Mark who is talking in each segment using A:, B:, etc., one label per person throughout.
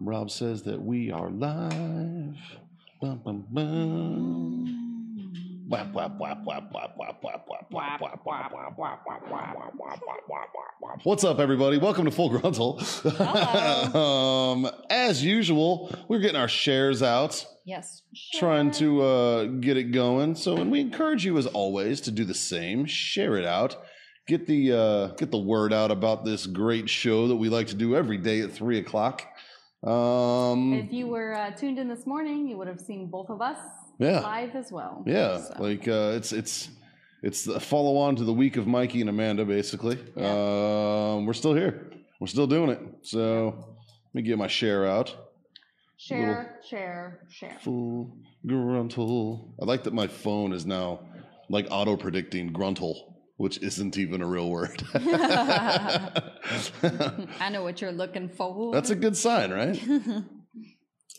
A: Rob says that we are live. Bum, bum, bum. Wap, wap, wap, wap, wap, wap, wap, wap, wap, wap, wap, wap, wap, wap, wap, wap, wap, wap, wap, wap. What's up, everybody? Welcome to Full Gruntle. um, as usual, we're getting our shares out,
B: Yes.
A: trying to uh, get it going. So, and we encourage you, as always, to do the same. Share it out. Get the uh, get the word out about this great show that we like to do every day at three o'clock. Um,
B: If you were uh, tuned in this morning, you would have seen both of us
A: yeah.
B: live as well.
A: Yeah,
B: So,
A: like uh, it's it's it's the follow on to the week of Mikey and Amanda. Basically,
B: Yeah.
A: um, we're still here. We're still doing it. So let me get my share out.
B: share, share, share.
A: Full gruntle. I like that my phone is now like auto predicting gruntle, which isn't even a real word.
B: I know what you're looking for.
A: That's a good sign, right?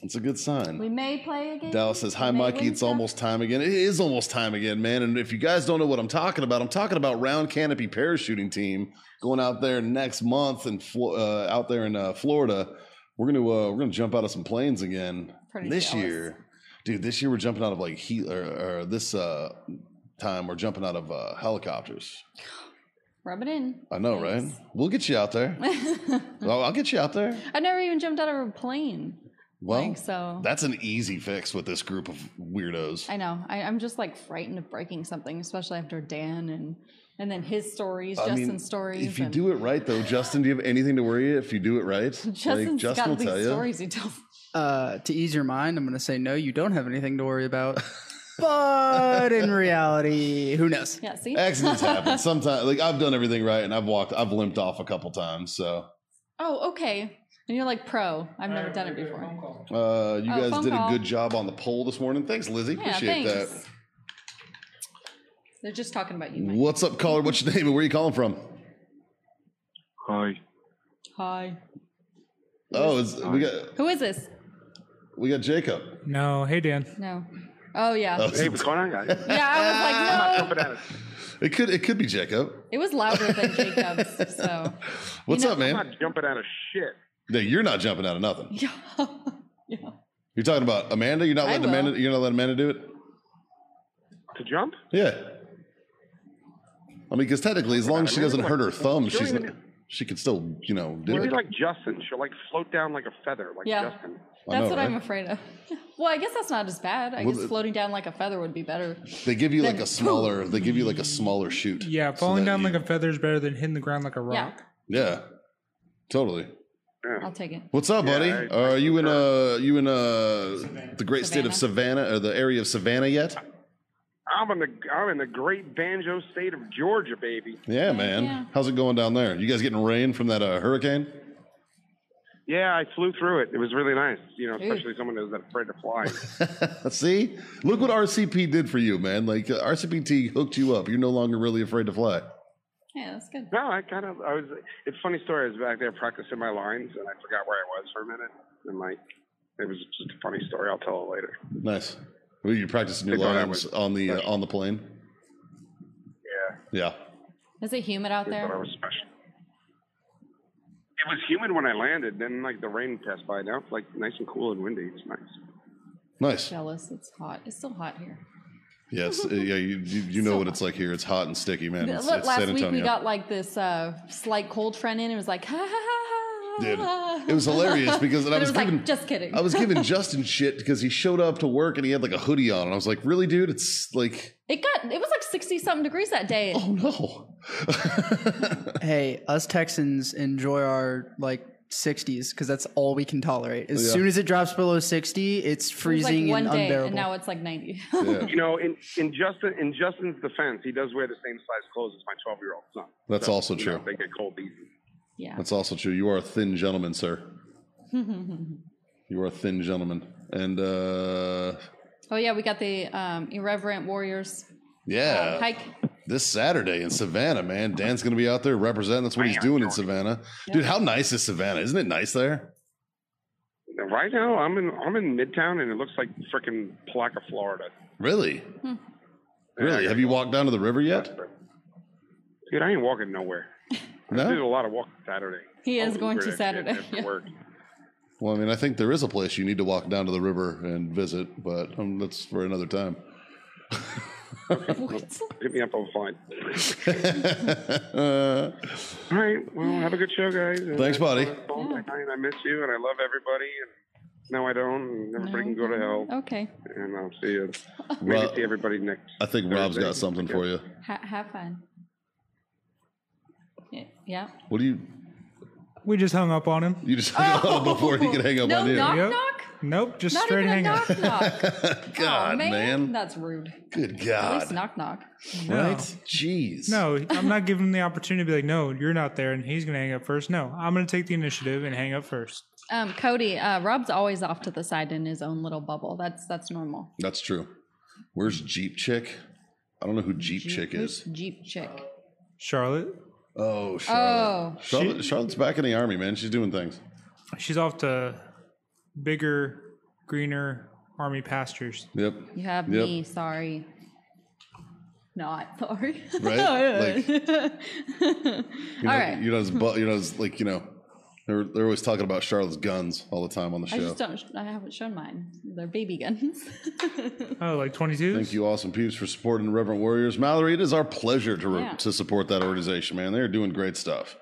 A: It's a good sign.
B: we may play again.
A: Dallas says, Hi, Mikey. It's almost time again. It is almost time again, man. And if you guys don't know what I'm talking about, I'm talking about Round Canopy Parachuting Team going out there next month and Flo- uh, out there in uh, Florida. We're gonna uh, we're gonna jump out of some planes again
B: Pretty
A: this
B: jealous.
A: year, dude. This year we're jumping out of like he or, or this uh, time we're jumping out of uh, helicopters.
B: Rub it in.
A: I know,
B: Thanks.
A: right? We'll get you out there. I'll, I'll get you out there.
B: I've never even jumped out of a plane.
A: Well,
B: like, so.
A: that's an easy fix with this group of weirdos.
B: I know. I, I'm just like frightened of breaking something, especially after Dan and and then his stories,
A: I mean,
B: Justin's stories.
A: If you
B: and
A: do it right, though, Justin, do you have anything to worry? If you do it right,
B: Justin's
A: Justin
B: got these stories he tells.
C: Uh, to ease your mind, I'm going to say no, you don't have anything to worry about. but in reality, who knows?
B: Yeah, see?
A: Accidents happen sometimes. Like I've done everything right, and I've walked, I've limped off a couple times. So
B: Oh, okay. And you're like pro. I've never done it before.
A: uh, you
B: Oh,
A: guys
B: phone
A: did
B: call.
A: a good job on the poll this morning. Thanks, Lizzie.
B: Yeah,
A: Appreciate
B: thanks.
A: that.
B: They're just talking about you. Mike.
A: What's up, caller? What's your name and where you calling from?
D: Hi,
B: Hi.
A: Oh, is, we got
B: Who is this?
A: we got Jacob.
E: No, hey Dan.
B: No. Oh yeah.
A: Oh,
D: hey, what's going on, guys?
B: yeah, I was like, no.
D: Jumping at it.
A: it could it could be Jacob.
B: It was louder than Jacob's. So.
A: What's
B: know-
A: up,
D: I'm
A: man?
D: not jumping out of shit.
A: No, you're not jumping out of nothing.
B: Yeah. yeah.
A: You're talking about Amanda. You're not
B: I
A: letting
B: will.
A: Amanda. You're not letting Amanda do it.
D: To jump?
A: Yeah. I mean, because technically, as long as she doesn't hurt her thumb,
D: She
A: she's
D: don't
A: not, she can still, you know, do
D: She'll be
A: it.
D: like Justin. She'll like float down like a feather, like
B: Yeah.
D: Justin.
A: I
B: That's
A: know,
B: what I'm
A: right?
B: afraid of. Well, I guess that's not as bad. I
A: Well,
B: guess
A: the-
B: floating down like a feather would be better.
A: They give you like
B: Then-
A: a smaller. They give you like a smaller shoot.
E: Yeah,
A: so
E: falling
A: that
E: down
A: you-
E: like a feather is better than hitting the ground like a
B: Yeah,
E: rock.
A: Yeah. Totally.
B: I'll take it.
A: What's up, buddy?
D: I-
A: Are you in uh you in uh the great state of
B: Savannah.
A: Savannah or the area of Savannah yet?
D: I'm in the I'm in the great banjo state of Georgia, baby.
A: Yeah, man.
B: yeah.
A: How's it going down there? You guys getting rain from that uh, hurricane?
D: Yeah, I flew through it. It was really nice. You know,
B: Ooh.
D: especially someone who's afraid to fly.
A: See, look what RCP did for you, man. Like uh, RCPT hooked you up. You're no longer really afraid to fly.
B: Yeah, that's good.
D: no, I kind of I was. It's a funny story. I was back there practicing my lines, and I forgot where I was for a minute. And like, it was just a funny story. I'll tell it later.
A: Nice. Were you practicing your
D: They thought I
A: lines
D: was
A: on the uh,
D: special.
A: on the plane?
D: Yeah.
A: Yeah.
B: Is it humid out
D: They thought I
B: there?
D: was special. It was humid when I landed. Then, like, the rain passed by. Now it's, like, nice and cool and windy. It's nice.
A: Nice.
B: Jealous. It's hot. It's still hot here.
A: Yes. uh, yeah. You, you, you know
B: So
A: what it's like here. It's hot and sticky, man. It's,
B: Look,
A: it's
B: last
A: San Antonio.
B: week we got like this uh, slight cold trend in. It was like, ha ha ha ha.
A: Dude,
B: ha.
A: it was hilarious because and
B: But
A: I
B: it
A: was,
B: was like,
A: giving
B: just kidding.
A: I was giving Justin shit because he showed up to work and he had like a hoodie on, and I was like, "Really, dude? It's like,
B: It got. It was like sixty something degrees that day.
A: oh no."
C: Hey, us Texans enjoy our like 60s because that's all we can tolerate. As
A: Yeah.
C: soon as it drops below 60, it's
B: It was,
C: freezing
B: like one
C: and
B: day,
C: unbearable.
B: and now it's like ninety.
A: yeah,
D: You know, in, in Justin in Justin's defense, he does wear the same size clothes as my 12 year old son.
A: That's also
D: you know,
A: true.
D: they get cold easy.
B: yeah.
A: that's also true. You are a thin gentleman, sir. you are a thin gentleman, and uh
B: Oh yeah, we got the um, irreverent warriors uh,
A: yeah,
B: hike.
A: this Saturday in Savannah, man. Dan's gonna be out there representing. That's what he's doing in Savannah, dude. How nice is Savannah? Isn't it nice there?
D: Now, Right now, I'm in I'm in Midtown, and it looks like freaking Palaka, Florida.
A: Really,
B: Hmm.
A: really. Have you walked down to the river yet?
D: Dude, I ain't walking nowhere. I did a
A: No.
D: lot of walking Saturday.
B: He
D: I
B: is
D: was
B: going to
D: weird, I did
B: Saturday,
D: after
B: yeah.
D: work.
A: Well, I mean, I think there is a place you need to walk down to the river and visit, but um, that's for another time.
B: What?
D: Hit me up on fine.
A: Uh,
D: All right. Well, have a good show, guys. And
A: Thanks,
D: I-
A: buddy.
D: I miss you, and I love everybody. And no, I don't. And everybody can go to hell.
B: Okay.
D: And I'll see you. Maybe
A: Rob,
D: see everybody next.
A: I think Rob's got something for you.
B: Ha- have fun. Yeah. yeah.
A: What do you?
E: We just hung up on him.
A: You just hung up before he could hang up
B: Oh. No
A: on you.
B: knock
E: Yep.
B: knock.
E: Nope, just
B: Not
E: straight
B: even a
E: hang up.
B: knock knock.
A: God,
B: Aw,
A: man.
B: That's rude.
A: Good
B: Oh, At least
A: God.
B: knock knock.
A: Right? Jeez.
E: No, I'm not giving him the opportunity to be like, no, you're not there, and he's going to hang up first. No, I'm going to take the initiative and hang up first.
B: Um, Cody, uh, Rob's always off to the side in his own little bubble. That's that's normal.
A: That's true. Where's Jeep Chick? I don't know who Jeep, Chick is.
B: Jeep chick.
E: Charlotte,
A: Oh, Charlotte.
B: Oh,
A: Charlotte. Charlotte's back in the army, man. She's doing things.
E: she's off to bigger, greener army pastures.
A: Yep.
B: you have
A: Yep.
B: me. Sorry. Not sorry.
A: Right? You know,
B: All right.
A: You know, it's bu- you know, it's like you know, they're they're always talking about Charlotte's guns all the time on the
B: I
A: show.
B: just don't. I haven't shown mine. They're baby guns.
E: Oh, like 22?
A: Thank you, awesome peeps, for supporting Reverend Warriors. Mallory, it is our pleasure to
B: Yeah.
A: to support that organization, man. They're doing great stuff.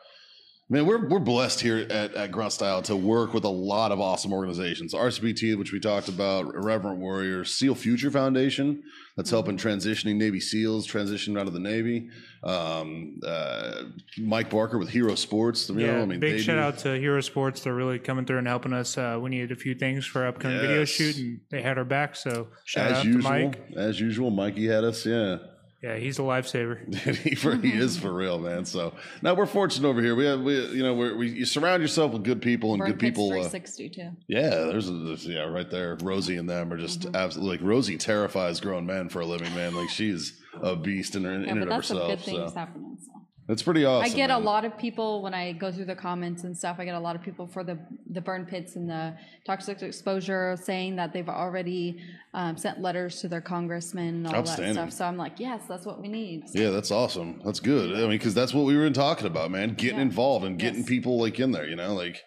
A: Man, we're, we're blessed here at, at Grunt Style to work with a lot of awesome organizations. RCBT, which we talked about, Reverend Warriors, SEAL Future Foundation, that's helping transitioning Navy SEALs transition out of the Navy. Um, uh, Mike Barker with Hero Sports. You
E: Yeah,
A: know, I mean,
E: big
A: they
E: shout
A: do-
E: out to Hero Sports. They're really coming through and helping us. Uh, we needed a few things for our upcoming video
A: Yes.
E: shoot, and they had our back. So shout
A: as
E: out
A: usual,
E: to Mike.
A: as usual, Mikey had us. Yeah.
E: Yeah, he's a lifesaver.
A: Dude, he, for, he is for real, man. So now we're fortunate over here. We have, we, you know, we're, we you surround yourself with good people and
B: Burn
A: good
B: pits
A: people. Uh,
B: 360 too.
A: yeah, there's, a, there's- yeah, right there. Rosie and them are just
B: Mm-hmm.
A: absolutely like Rosie terrifies grown men for a living, man. Like she's a beast in her in
B: Yeah,
A: and of
B: but that's a good
A: herself.
B: thing
A: So
B: that's happening. So.
A: that's pretty awesome.
B: I get a
A: man.
B: lot of people when I go through the comments and stuff. I get a lot of people for the the burn pits and the toxic exposure saying that they've already um, sent letters to their congressmen and all that
A: Outstanding.
B: stuff. So I'm like, yes, that's what we need.
A: Yeah, that's awesome. That's good. I mean, because that's what we were talking about, man. Getting
B: Yeah.
A: involved and getting
B: Yes.
A: people like in there. You know, like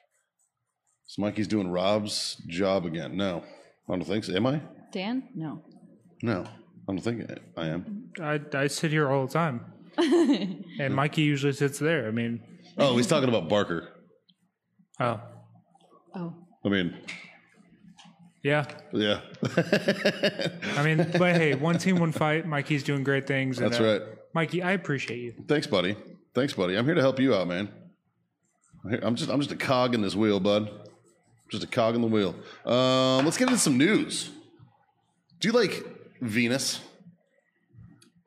A: so Mikey's doing Rob's job again. No, I don't think so. Am I?
B: Dan, no,
A: No, I don't think I am.
E: I, I sit here all the time, and Mikey usually sits there. I mean,
A: Oh, he's talking about Barker.
E: oh
B: oh,
A: I mean,
E: yeah.
A: yeah,
E: I mean, but hey, one team, one fight. Mikey's doing great things. and,
A: that's
E: uh,
A: right.
E: Mikey. I appreciate you.
A: Thanks, buddy. Thanks, buddy. I'm here to help you out, man. I'm here- I'm just, I'm just a cog in this wheel, bud. Just a cog in the wheel. Um, let's get into some news. Do you like Venus?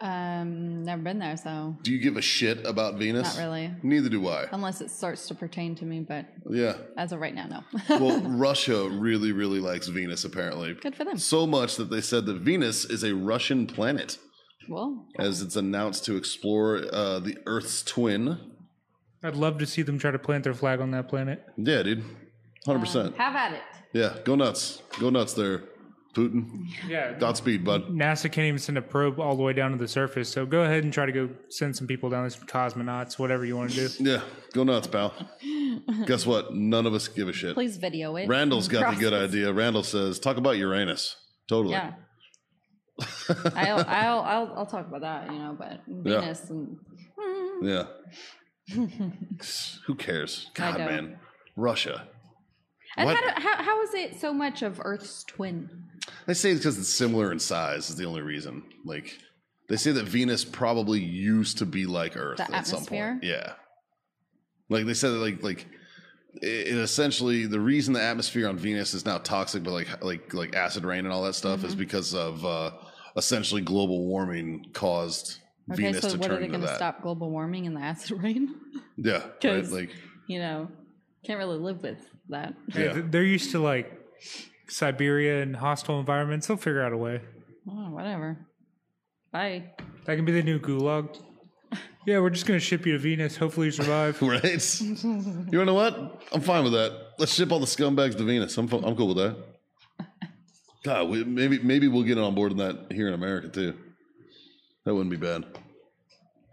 B: um, never been there, so
A: Do you give a shit about Venus?
B: Not really.
A: Neither do I.
B: unless it starts to pertain to me, but
A: Yeah.
B: as of right now, no.
A: Well, Russia really, really likes Venus, apparently.
B: Good for them.
A: So much that they said that Venus is a Russian planet.
B: well,
A: as it's announced to explore uh, the Earth's twin.
E: I'd love to see them try to plant their flag on that planet.
A: Yeah, dude, hundred percent.
B: have at it.
A: Yeah, go nuts, go nuts there, Putin.
E: Yeah.
A: Godspeed, bud.
E: NASA can't even send a probe all the way down to the surface. So go ahead and try to go send some people down there, some cosmonauts, whatever you want to do.
A: Yeah, go nuts, pal. Guess what? None of us give a shit.
B: Please video it.
A: Randall's got the good
B: Process.
A: idea. Randall says, "Talk about Uranus." Totally.
B: Yeah. I'll, I'll I'll I'll talk about that, you know, but Venus and
A: Yeah. Who cares?
B: I
A: God,
B: don't.
A: man. Russia.
B: And
A: What?
B: how, do, how, how is it so much of Earth's twin?
A: They say it's because it's similar in size is the only reason. Like they say that Venus probably used to be like Earth
B: The
A: at some
B: atmosphere?
A: point. Yeah. Like they said that like like it, it essentially the reason the atmosphere on Venus is now toxic but like like like acid rain and all that stuff
B: Mm-hmm.
A: is because of uh essentially global warming caused
B: Okay,
A: Venus
B: so
A: to
B: what are
A: turn
B: they
A: into
B: going to
A: that.
B: stop global warming and the acid rain?
A: Yeah. Right?
B: 'Cause-
A: Like
B: you know, can't really live with that.
E: Hey,
A: Yeah.
E: th- They're used to like Siberia and hostile environments. They'll figure out a way.
B: Oh, whatever. Bye.
E: That can be the new gulag. Yeah, we're just gonna ship you to Venus. Hopefully you survive.
A: right? you know what? I'm fine with that. Let's ship all the scumbags to Venus. I'm, fo- I'm cool with that. God, we, maybe maybe we'll get on board in that here in America too. That wouldn't be bad.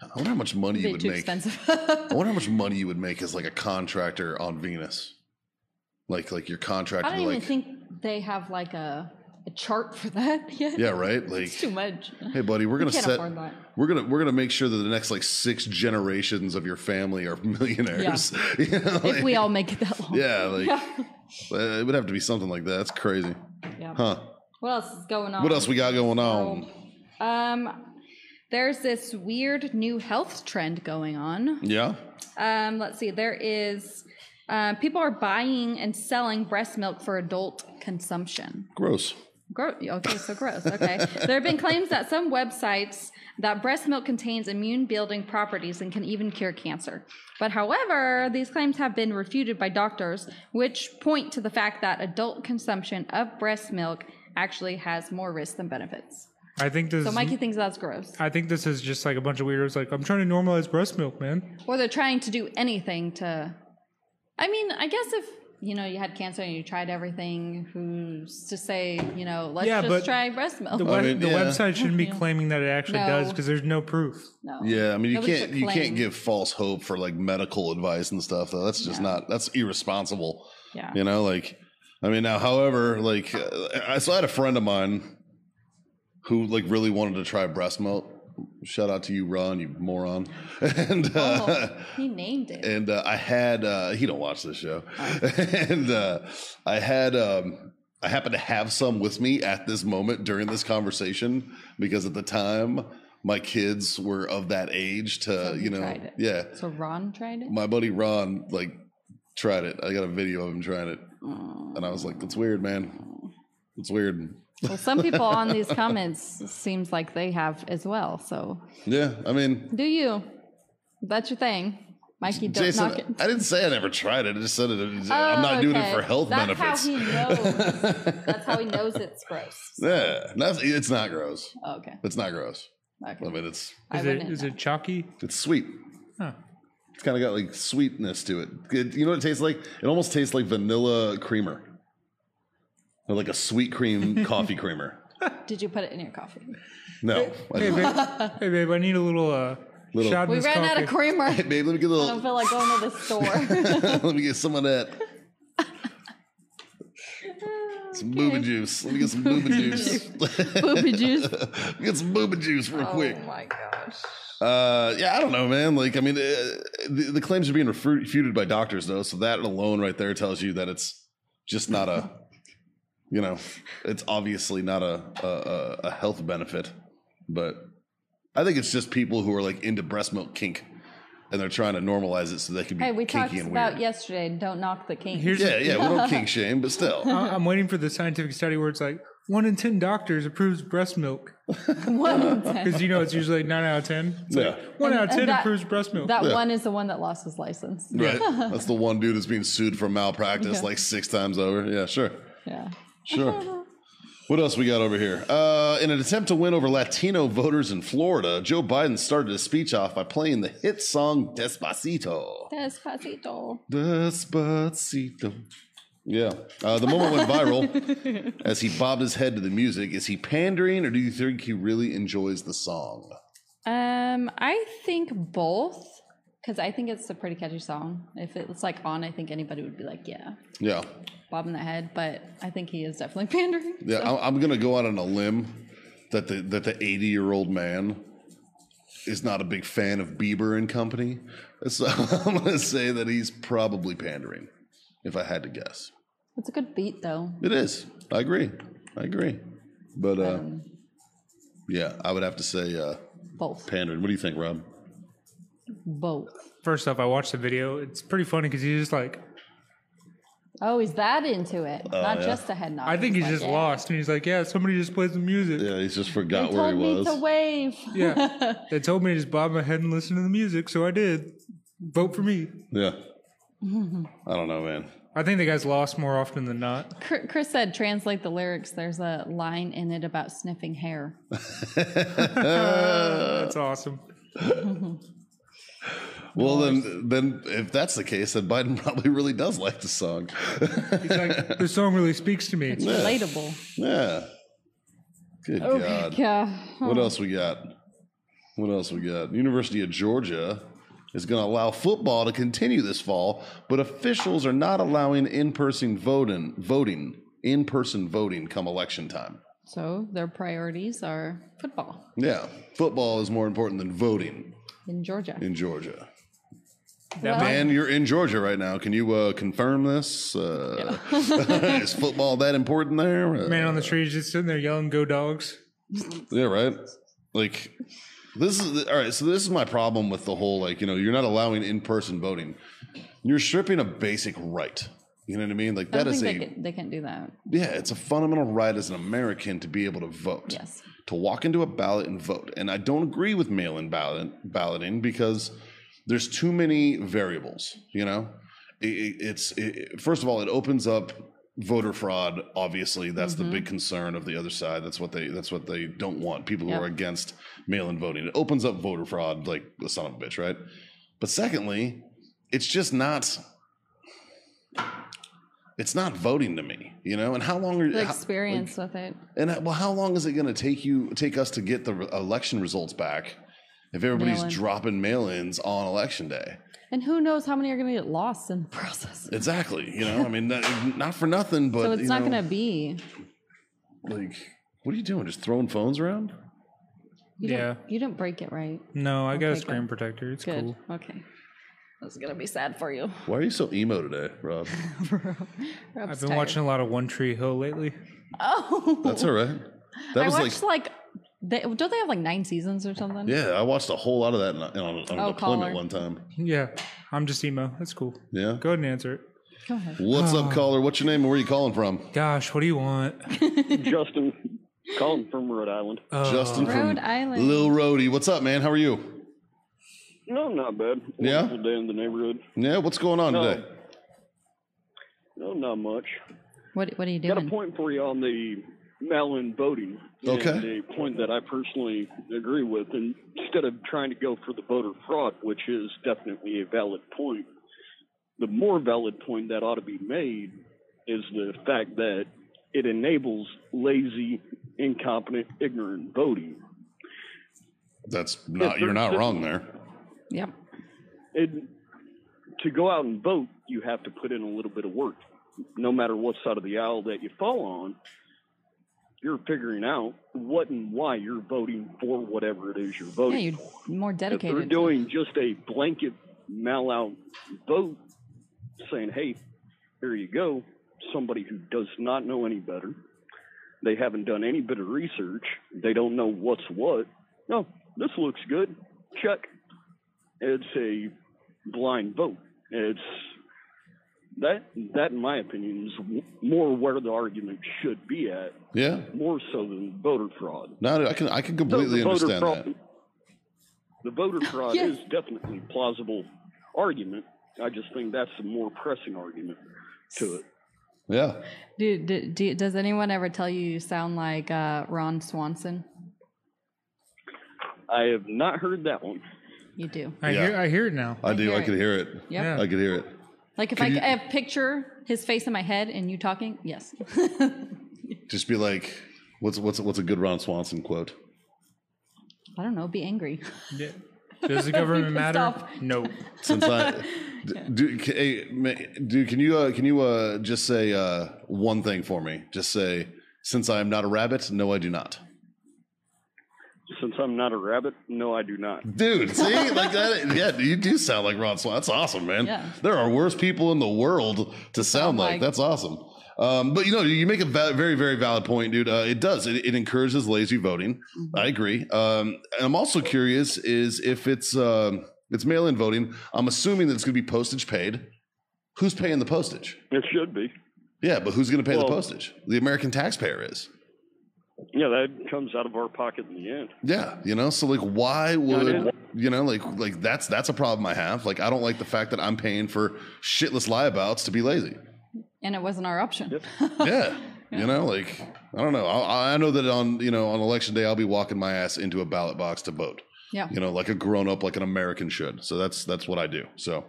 A: I wonder how much money you
B: Be
A: would
B: too
A: make.
B: expensive.
A: I wonder how much money you would make as like a contractor on Venus. Like like you're contracted.
B: I don't
A: to,
B: even
A: like,
B: think they have like a, a chart for that yet.
A: Yeah, right. Like,
B: It's too much.
A: hey, buddy, we're gonna
B: can't
A: set.
B: afford that.
A: We're gonna we're gonna make sure that the next like six generations of your family are millionaires. You know,
B: If
A: like-
B: we all make it that long.
A: yeah, like uh, it would have to be something like that. That's crazy,
B: Yeah.
A: huh?
B: What else is going on?
A: What else we got going on?
B: Um, there's this weird new health trend going on.
A: Yeah,
B: Um, let's see. There is uh, people are buying and selling breast milk for adult consumption.
A: gross.
B: Gross. Okay, so gross. Okay. there have been claims that some websites that breast milk contains immune building properties and can even cure cancer. But however, these claims have been refuted by doctors, which point to the fact that adult consumption of breast milk actually has more risks than benefits.
E: I think this.
B: So Mikey thinks that's gross.
E: I think this is just like a bunch of weirdos. Like I'm trying to normalize breast milk, man.
B: Or they're trying to do anything to I mean, I guess if you know you had cancer and you tried everything, who's to say, you know, let's
E: Yeah, but
B: just try breast milk.
E: The, web-
A: mean,
E: the
A: yeah.
E: website shouldn't be claiming that it actually
B: No.
E: does because there's no proof.
B: no.
A: Yeah, I mean you
B: Nobody
A: can't
B: should
A: you can't
B: claim.
A: give false hope for like medical advice and stuff though. That's just not that's irresponsible.
B: Yeah.
A: You know, like I mean now however, like uh, I so I had a friend of mine who like really wanted to try breast milk. Shout out to you Ron, you moron. And uh,
B: Oh, he named it.
A: and uh, I had uh, he don't watch this show,
B: Uh-huh.
A: and uh, I had um, I happened to have some with me at this moment during this conversation because at the time my kids were of that age to
B: So he
A: you know
B: tried it.
A: yeah
B: So Ron tried it.
A: my buddy Ron like tried it I got a video of him trying it and I was like that's weird man it's weird
B: Well, some people on these comments seems like they have as well. So
A: yeah I mean
B: do you? That's your thing, Mikey. Don't
A: Jason
B: knock it. Oh,
A: I didn't say I never tried it I just said it I'm not doing it
B: okay.
A: for health
B: That's
A: benefits
B: how he knows. That's how he knows it's gross.
A: yeah that's, it's not gross
B: Oh, okay.
A: it's not gross. I
B: Okay.
A: mean, it's
B: I
E: Is it
B: wouldn't
E: is
B: know.
E: it chalky?
A: it's sweet.
E: Huh.
A: It's kind of got like sweetness to it. It- You know what it tastes like? It almost tastes like vanilla creamer, or like a sweet cream coffee creamer.
B: Did you put it in your coffee?
A: No, I
E: Hey
A: didn't.
E: babe, hey babe, I need a little uh
A: Little-
E: shot. in
B: We
E: this
B: ran out
E: coffee.
B: of creamer. I
A: Hey, babe, let me get a
B: don't
A: little.
B: feel like going to the store.
A: let me get some of that. Some booba juice. Let me get some booba juice.
B: Poopy juice.
A: get some booba juice real quick.
B: Oh my gosh.
A: Uh, yeah, I don't know, man. Like, I mean, uh, the, the claims are being refu- refuted by doctors, though, so that alone right there tells you that it's just not a, you know, it's obviously not a a, a, a health benefit. But I think it's just people who are like into breast milk kink, and they're trying to normalize it so they can be
B: Hey, we talked
A: kinky and
B: about
A: weird.
B: yesterday. Don't knock the king.
E: Here's
A: yeah, yeah, we don't kink shame, but still,
E: I- I'm waiting for the scientific study where it's like one in ten doctors approves breast milk
B: One in ten.
E: because you know it's usually like nine out of ten. It's
A: yeah,
E: like, one out of ten
B: that-
E: approves breast milk.
B: That one is the one that lost his license.
A: right. That's the one dude that's being sued for malpractice
B: Yeah.
A: like six times over. Yeah, sure.
B: Yeah.
A: Sure. What else we got over here? Uh, in an attempt to win over Latino voters in Florida, Joe Biden started his speech off by playing the hit song Despacito.
B: Despacito.
A: Despacito. Yeah. Uh, the moment went viral as he bobbed his head to the music. Is he pandering or do you think he really enjoys the song?
B: Um, I think both, because I think it's a pretty catchy song. If it was like on, I think anybody would be like, yeah,
A: Yeah.
B: bobbing the head. But I think he is definitely pandering.
A: Yeah. I- I'm going to go out on a limb that the that the 80 year old man is not a big fan of Bieber and company. So I'm going to say that he's probably pandering, if I had to guess.
B: It's a good beat though.
A: It is. I agree. I agree. But uh,
B: Um,
A: yeah, I would have to say uh,
B: Both.
A: pandering. What do you think, Rob?
B: Both.
E: First off, I watched the video. It's pretty funny because he's just like
B: Oh, he's that into it. Not
A: Oh, yeah.
B: just a head nod.
E: I think he's
B: like,
E: just
B: "Yeah."
E: lost, and he's like, yeah, somebody just plays the music.
A: Yeah, he's just
B: They
A: forgot where he
B: told me
A: was.
B: to wave.
E: Yeah. they told me to just bob my head and listen to the music, so I did. Vote for me.
A: yeah. I don't know, man.
E: I think the guy's lost more often than not.
B: Cr- Chris said, translate the lyrics. There's a line in it about sniffing hair.
E: That's awesome.
A: Well, then, then if that's the case, then Biden probably really does like the song.
E: He's like, the song really speaks to me.
B: It's relatable.
A: Yeah. Good Oh God.
B: Yeah.
A: What else we got? What else we got? University of Georgia is going to allow football to continue this fall, but officials are not allowing in-person voting, voting, in-person voting come election time.
B: So their priorities are football
A: Yeah, football is more important than voting
B: in Georgia.
A: in Georgia.
E: That
B: Well-
A: Dan, you're in Georgia right now. Can you uh, confirm this? Uh, is football that important there? Uh,
E: man on the tree is just sitting there yelling, "Go dogs!"
A: Yeah, right. Like this is all right. So this is my problem with the whole like you know you're not allowing in person voting. You're stripping a basic right. You know what I mean? Like
B: I
A: that
B: don't
A: is
B: think
A: a
B: they, can, they can't do that.
A: yeah, it's a fundamental right as an American to be able to vote.
B: Yes.
A: To walk into a ballot and vote. And I don't agree with mail in ballot, balloting because there's too many variables, you know? I- I- it's, i- first of all, it opens up voter fraud obviously that's
B: Mm-hmm.
A: the big concern of the other side that's what they that's what they don't want people who
B: Yep.
A: are against mail-in voting it opens up voter fraud like the son of a bitch right but secondly it's just not it's not voting to me you know and how long are
B: The
A: how-
B: experience with it.
A: and uh, well, how long is it going to take you take us to get the re- election results back if everybody's
B: Mail-in.
A: dropping mail-ins on election day?
B: And who knows how many are going to get lost in the process.
A: Exactly. You know, I mean, not, not for nothing, but
B: so it's
A: you
B: not
A: know,
B: going to be.
A: like. What are you doing? Just throwing phones around?
B: You
E: Yeah.
B: Didn't, you didn't break it right.
E: No, I got a
B: Okay,
E: screen
B: good.
E: protector. It's
B: Good.
E: cool.
B: Okay. That's going to be sad for you.
A: Why are you so emo today, Rob?
E: I've been watching a lot of One Tree Hill lately.
B: Oh.
A: That's all right. That
B: I
A: was
B: watched
A: like,
B: like. they, don't they have like nine seasons or something?
A: yeah, I watched a whole lot of that on, on, on
B: Oh,
A: deployment
B: caller.
A: one time.
E: Yeah, I'm just emo. That's cool.
A: Yeah.
E: Go ahead and answer it.
B: Go ahead.
A: What's up, caller? What's your name? and Where are you calling from?
E: Gosh, what do you want?
F: Justin, calling from Rhode Island.
A: Justin from
B: Rhode Island.
A: Lil Roadie. What's up, man? How are you?
F: No, not bad.
A: Yeah?
F: Wonderful day in the neighborhood.
A: Yeah. What's going on
F: No.
A: today?
F: No, not much.
B: What, what are you
F: Got
B: doing?
F: a point for you on the mail-in voting. and
A: Okay.
F: The point that I personally agree with, and instead of trying to go for the voter fraud, which is definitely a valid point, the more valid point that ought to be made is the fact that it enables lazy, incompetent, ignorant voting.
A: That's not. You're not wrong there.
B: Yep.
F: it, to go out and vote, you have to put in a little bit of work. No matter what side of the aisle that you fall on, you're figuring out what and why you're voting for whatever it is you're
B: Yeah,
F: voting
B: you're
F: for.
B: more
F: If
B: dedicated.
F: they're
B: to it.
F: doing just a blanket mail out vote saying, hey, here you go, somebody who does not know any better, they haven't done any bit of research, they don't know what's what. No, this looks good. Check. It's a blind vote. It's that that in my opinion is w- more where the argument should be at,
A: Yeah.
F: more so than voter fraud.
A: No, I can I can
F: So
A: completely
F: the voter
A: understand
F: fraud-
A: that.
F: The voter fraud
B: Yes.
F: is definitely a plausible argument. I just think that's the more pressing argument to it.
A: Yeah.
B: Do, do, do, does anyone ever tell you you sound like uh, Ron Swanson?
F: I have not heard that one.
B: You do.
E: I
A: Yeah.
E: hear, I hear it now.
A: I do.
B: hear
A: I
B: it.
A: could hear it.
B: Yep.
E: Yeah.
A: I could hear it.
B: Like if I, I picture his face in my head and you talking, yes.
A: Just be like, what's what's what's a good Ron Swanson quote?
B: I don't know. Be angry.
E: Yeah. Does the government
B: pissed
E: matter?
B: off.
E: No.
A: Since I d- do, can, hey, ma- dude, can you uh, can you uh, just say uh, one thing for me? Just say, since I am not a rabbit, no, I do not.
F: Since I'm not a rabbit, no, I do not.
A: Dude, see, like that. Yeah, you do sound like Ron Swanson. That's awesome, man.
B: Yeah.
A: There are worse people in the world to sound like.
B: like-
A: That's awesome. Um, but you know, you make a va- very, very valid point, dude. Uh, it does. It, it encourages lazy voting. I agree. Um, and I'm also curious is if it's um, it's mail-in voting. I'm assuming that it's going to be postage paid. Who's paying the postage?
F: It should be.
A: Yeah, but who's going to pay
F: Well-
A: the postage? The American taxpayer is.
F: Yeah, that comes out of our pocket in the end.
A: Yeah, you know, so like, why
F: it is.
A: would you know, like, like that's that's a problem I have. Like, I don't like the fact that I'm paying for shitless liabouts to be lazy.
B: And it wasn't our option.
A: Yeah, you know, like I don't know. I, I know that on you know on election day I'll be walking my ass into a ballot box to vote.
B: Yeah.
A: You know, like a grown up, like an American should. So that's that's what I do. So,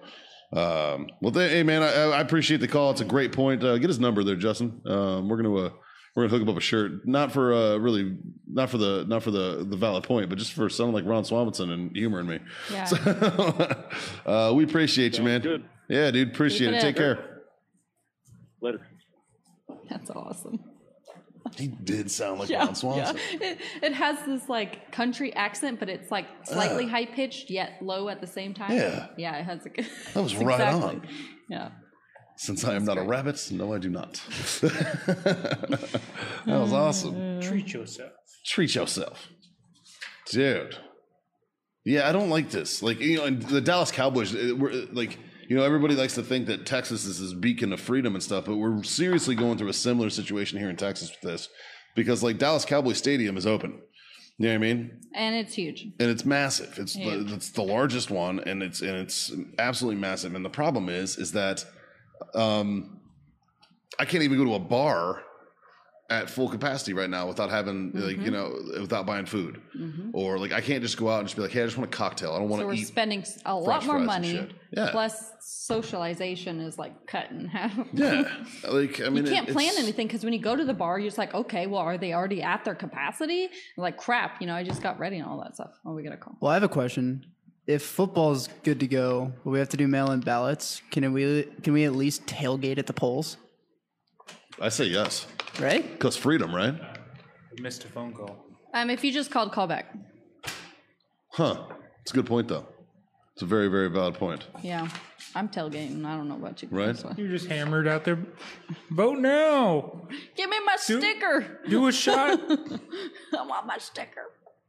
A: um, well, th- hey man, I, I appreciate the call. It's a great point. Uh, get his number there, Justin. Um, we're gonna uh, We're gonna hook him up a shirt, not for uh, really, not for the not for the the valid point, but just for sounding like Ron Swanson and humoring me.
B: Yeah.
A: So, uh, we appreciate you, man.
F: good.
A: Yeah, dude, appreciate
B: Keep
A: it.
B: it
A: Take
B: up.
A: care.
F: Later.
B: That's awesome.
A: He did sound like
B: Yeah,
A: Ron Swanson.
B: yeah. It, it has this like country accent, but it's like slightly high pitched yet low at the same time.
A: Yeah.
B: Yeah, it has a good.
A: That was
B: it's
A: right
B: exactly-
A: on.
B: Yeah.
A: Since I am not a rabbit, no, I do not. that was awesome.
E: Treat yourself.
A: Treat yourself, dude. Yeah, I don't like this. Like you know, and the Dallas Cowboys, uh, we're uh, like you know, everybody likes to think that Texas is this beacon of freedom and stuff, but we're seriously going through a similar situation here in Texas with this, because like Dallas Cowboy Stadium is open. You know what I mean?
B: And it's huge.
A: and it's massive. It's
B: Yeah.
A: the, it's the largest one, and it's and it's absolutely massive. And the problem is, is that um, I can't even go to a bar at full capacity right now without having like
B: Mm-hmm.
A: you know without buying food, or like I can't just go out and just be like, hey, I just want a cocktail. I don't want
B: So
A: to
B: we're
A: eat.
B: spending s- a
A: french
B: lot
A: fries
B: more
A: and
B: money.
A: shit. Yeah.
B: Plus, socialization is like cut in half.
A: yeah, like I mean,
B: you can't
A: it-
B: plan
A: it's-
B: anything because when you go to the bar, you're just like, okay, well, are they already at their capacity? Like, crap, you know, I just got ready and all that stuff. What are we going to call?
C: Well, I have a question. If football's good to go, but we have to do mail-in ballots. Can we can we at least tailgate at the polls?
A: I say yes,
C: Right?
A: cause freedom, right?
E: I missed a phone call.
B: Um, if you just called callback.
A: Huh? It's a good point though. It's a very very valid point.
B: Yeah. I'm tailgating. I don't know about you.
A: Right.
B: So-
E: You're just hammered out there. Vote now.
B: Give me my sticker.
E: Do a shot.
B: I want my sticker.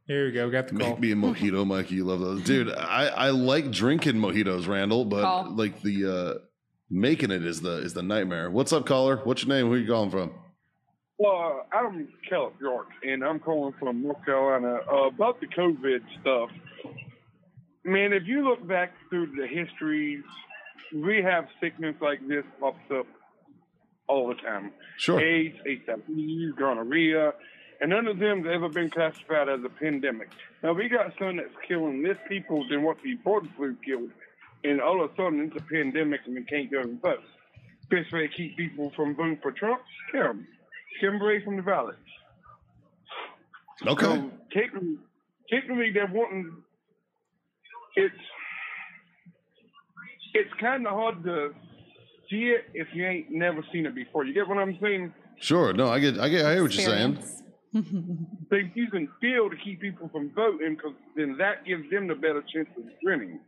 E: Here we go. Got the call.
A: Make me a mojito, Mikey. You love those, dude. I, I like drinking mojitos, Randall, but
B: Call.
A: like the uh, making it is the is the nightmare. What's up, caller? What's your name? Who you calling from?
D: Well, uh, Adam Kellogg York, and I'm calling from North Carolina uh, about the COVID stuff. Man, if you look back through the history, we have sickness like this pops up all the time.
A: Sure.
D: AIDS, HIV, gonorrhea, and none of them have ever been classified as a pandemic. Now we got something that's killing less people than what the border flu killed, and all of a sudden it's a pandemic and we can't go and vote. Best way to keep people from voting for Trump? Kill 'em. Get 'em away from the ballot.
A: Okay.
D: So technically, technically they're wanting it's it's kind of hard to see it if you ain't never seen it before. You get what I'm saying?
A: Sure. No, I get I get I hear what you're saying.
B: Experience.
D: they're using feel to keep people from voting because then that gives them the better chance of winning.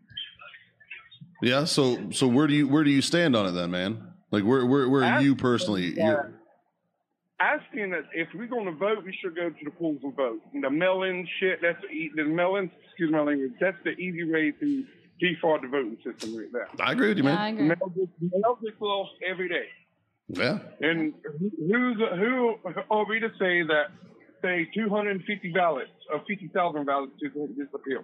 A: Yeah. So so where do you where do you stand on it then, man? Like where where where are
D: I-
A: you personally? You're-
D: I stand that if we're going to vote, we should go to the polls and vote. And the mail-in shit, that's the, e- the mail-in, excuse my language, that's the easy way to defraud the voting system right there.
A: I agree with you,
B: Yeah, I
A: man.
B: agree.
D: Mail gets, mail gets lost every day.
A: Yeah.
D: And who's who are we to say that say 250 ballots or 50,000 ballots just disappear?